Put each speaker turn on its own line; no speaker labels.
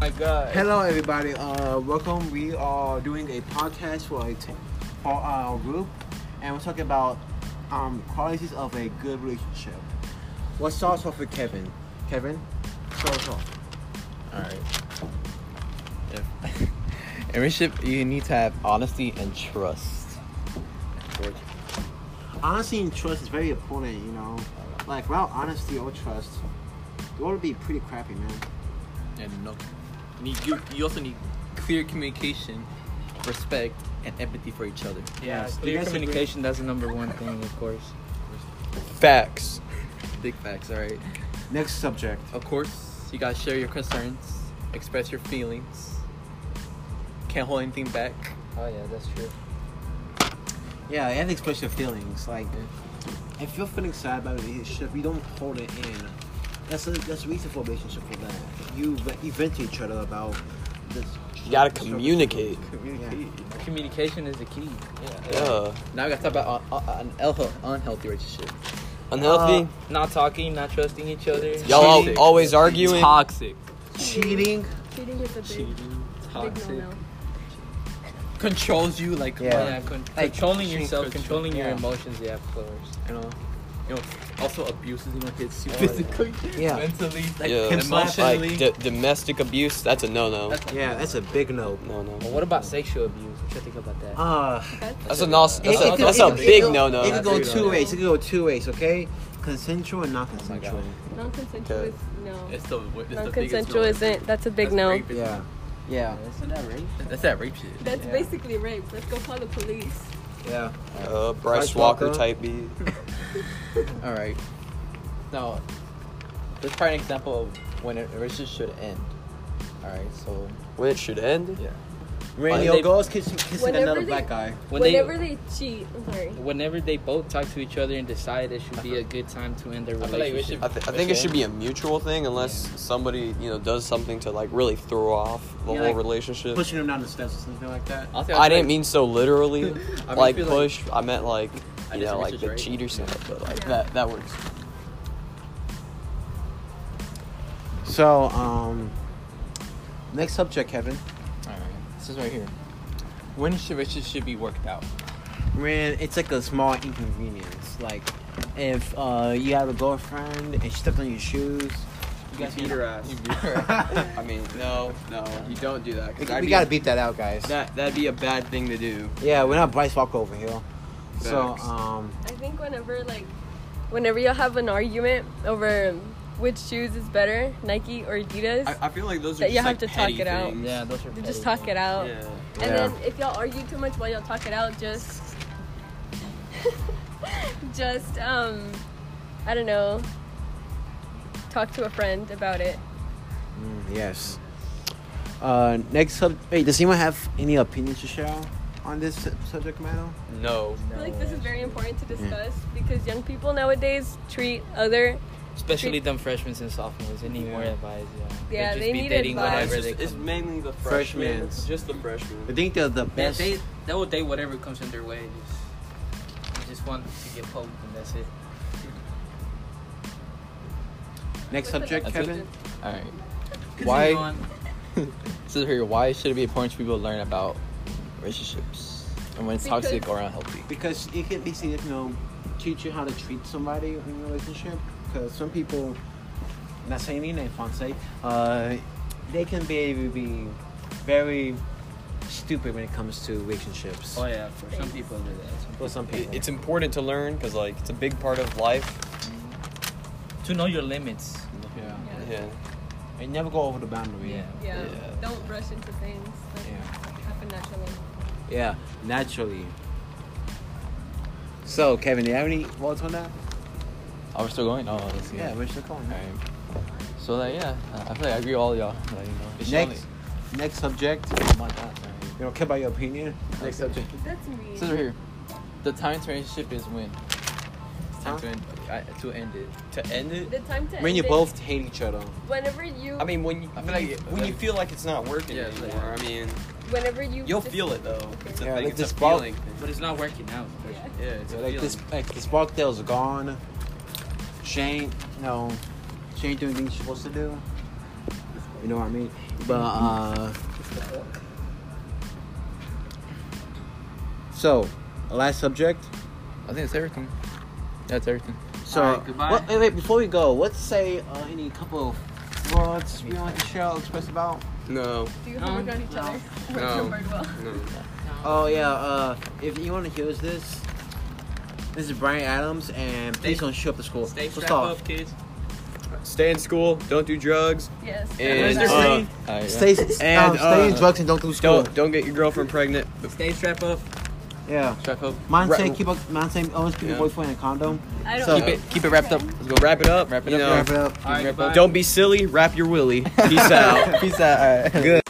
my god.
Hello, everybody. Uh, welcome. We are doing a podcast for a t- for our group, and we're talking about um, qualities of a good relationship. What starts off with Kevin? Kevin, start us off.
Alright. If- In relationship, you need to have honesty and trust.
Honesty and trust is very important. You know, like without honesty or trust, the world would be pretty crappy, man.
And no, need you, you also need clear communication, respect, and empathy for each other.
Yeah,
Yes,
clear
yes, agree.
communication. That's the number one thing, of course.
Facts.
Big facts, alright?
Next subject.
Of course, you gotta share your concerns, express your feelings, can't hold anything back.
Oh yeah, that's true.
Yeah, you have to express your feelings. Like, if you're feeling sad about a relationship, you don't hold it in. That's a, that's a reason for a relationship for that. You ve- you vent to each other about this.
You gotta communicate.
Communicate.
Communication is the key.
Yeah.
Now we gotta talk about uh, uh, an unhe- unhealthy relationship.
Unhealthy.
Uh, not talking, not trusting each other.
Y'all al-
cheating.
always arguing.
Toxic.
Cheating.
Cheating is a big, big
Toxic.
no-no.
Controls you like
Yeah.
Yeah, con-
Like,
controlling
she
yourself,
could-
controlling your
yeah.
emotions. Yeah, of course.
you know, you know, also abuses, you know, hits you
Oh, yeah.
physically,
Yeah.
mentally, like
yeah.
him slapping.
emotionally.
Like d- domestic abuse. That's a no no.
That's-
Oh, Yeah, that's a big no.
No no.
Well, what about sexual abuse? What you think about that?
Uh,
That's,
That's a no. That's
it- it
a,
could-
that's
it
a
could-
big
it could-
no
It
no.
could
That's
go
a big
two
no.
ways. It could go two ways. Okay, consensual and
my
non-consensual.
God.
non-consensual
Okay.
is no.
It's the it's the biggest
Non-consensual
one.
isn't. That's a big
That's
no.
rape.
yeah, yeah,
Isn't that right?
That's that rape shit.
That's
Yeah.
basically rape. Let's go call the police.
yeah.
Uh, Bryce
Bryce
Walker
Walker.
type beat.
All right. Now, this is probably an example of when a relationship should end. All right, so
When it should end.
yeah,
Randy,
When
your
they-
girl's kiss, kissing
Whenever
another
they-
black guy.
When
Whenever
they,
they, cheat, I'm sorry.
whenever they both talk to each other and decide it should be a good time to end their
I feel like we
relationship.
I, th- I think it should be a mutual thing, unless somebody you know does something to like really throw off the
Yeah,
whole
like,
relationship.
Pushing him down the steps or something like that.
I'll say
I
I'd
didn't
like-
mean so literally,
I
like
feel like-
push. I meant like
I just
you know,
think
like
it's
the
right.
cheater stuff, but like
Yeah.
that that works.
So, um, next subject, Kevin.
All right, this is right here. When should relationships should be worked out?
When it's like a small inconvenience, like if uh, you have a girlfriend and she stepped on your shoes, you guys
beat her ass.
You beat her.
I mean, no, no, you don't do that. 'cause
We,
that'd
we
be-
gotta beat that out, guys.
That that'd be a bad thing to do.
yeah, we're not Bryce Walker over here. So,
Facts.
um,
I think whenever like, whenever you'll have an argument over which shoes is better, Nike or Adidas,
I, I feel like those are
That
just
you have
like
to talk
petty
it out.
things.
Yeah, those are.
you just talk it out.
Yeah.
And then if y'all argue too much while y'all talk it out, just, just um, I don't know. Talk to a friend about it.
mm, yes. Uh, next sub. Wait, does anyone have any opinions to share on this su- subject matter?
No.
I feel like this is very important to discuss because young people nowadays treat other
Especially them freshmen and sophomores. They need more advice. Yeah,
Yeah,
just
they
be
need
dating
advice.
whatever
It's
they
it's
come-
mainly the
freshmen.
freshmen.
Freshmen.
It's just the
I
freshmen.
think they're the
They,
best.
they they will date whatever comes in their way. Just, they just want to get poked and that's it.
next subject, Kevin.
All right.
Continue
Why?
on.
So here, why should it be important for people to learn about relationships and when it's toxic
Because-
or unhealthy?
because it can basically you know teach you how to treat somebody in a relationship because some people not saying any name Fonse, uh, they can be, be very stupid when it comes to relationships
Oh yeah, for some people do that.
for some
It,
people
it's important to learn because like it's a big part of life.
To know your limits.
yeah
Yeah.
and never go over the boundary
Yeah.
Yeah.
Yeah.
Don't rush into things. Like, Happen naturally.
yeah naturally so Kevin do you have any words on that
Oh, we're still going. Oh, let's see.
yeah,
All
we're still going
right. So like, yeah, I I feel like I agree with all y'all. Like, you know, it's
next next subject
only- oh my God, all right.
you don't care about your opinion next subject
That's me.
It says right here, the time to relationship is when. It's time to end. I, to end it.
To end it.
The time to
when
end
you
it-
both hate each other
Whenever you.
I mean, when you,
I feel like it-
when you feel like it's not working
Yeah,
anymore.
anymore. I mean,
Whenever you.
You'll
just-
feel it though. It's a
Yeah,
thing.
like
It's a
this ball-
feeling. thing.
But it's not working out.
Yeah.
yeah, it's
So
a
like
feeling.
this, like the spark tail's gone. She ain't, no, she ain't doing things she's supposed to do. You know what I mean? But uh So, last subject.
I think it's everything. That's everything.
So,
All right, goodbye.
What, wait, wait, before we go, let's say uh, any couple of words you want to share or express about.
No.
Do you
No,
homework on each
no,
other?
no.
From Birdwell.
No.
Oh yeah, uh, if you want to hear this, this is Brian Adams, and
Stay-
please don't show up to school.
Stay
Let's
strapped
talk.
up, kids.
Stay in school. Don't do drugs.
Yes.
And
Mr.
uh,
Alright, yeah.
Stay,
And,
um, stay in
uh,
drugs and don't do school.
don't don't get your girlfriend pregnant.
Stay strapped up.
Yeah.
uh, Strap up.
Mine
Ra-
say keep a mine say always keep
Yeah.
a boyfriend in a condom.
I don't
So-
Keep it keep it wrapped up.
Let's go wrap it up.
Wrap it
you
up,
know.
Wrap it up.
All right,
Wrap up.
goodbye.
Don't be silly. Wrap your willy. Peace out.
Peace out. Alright.
Good.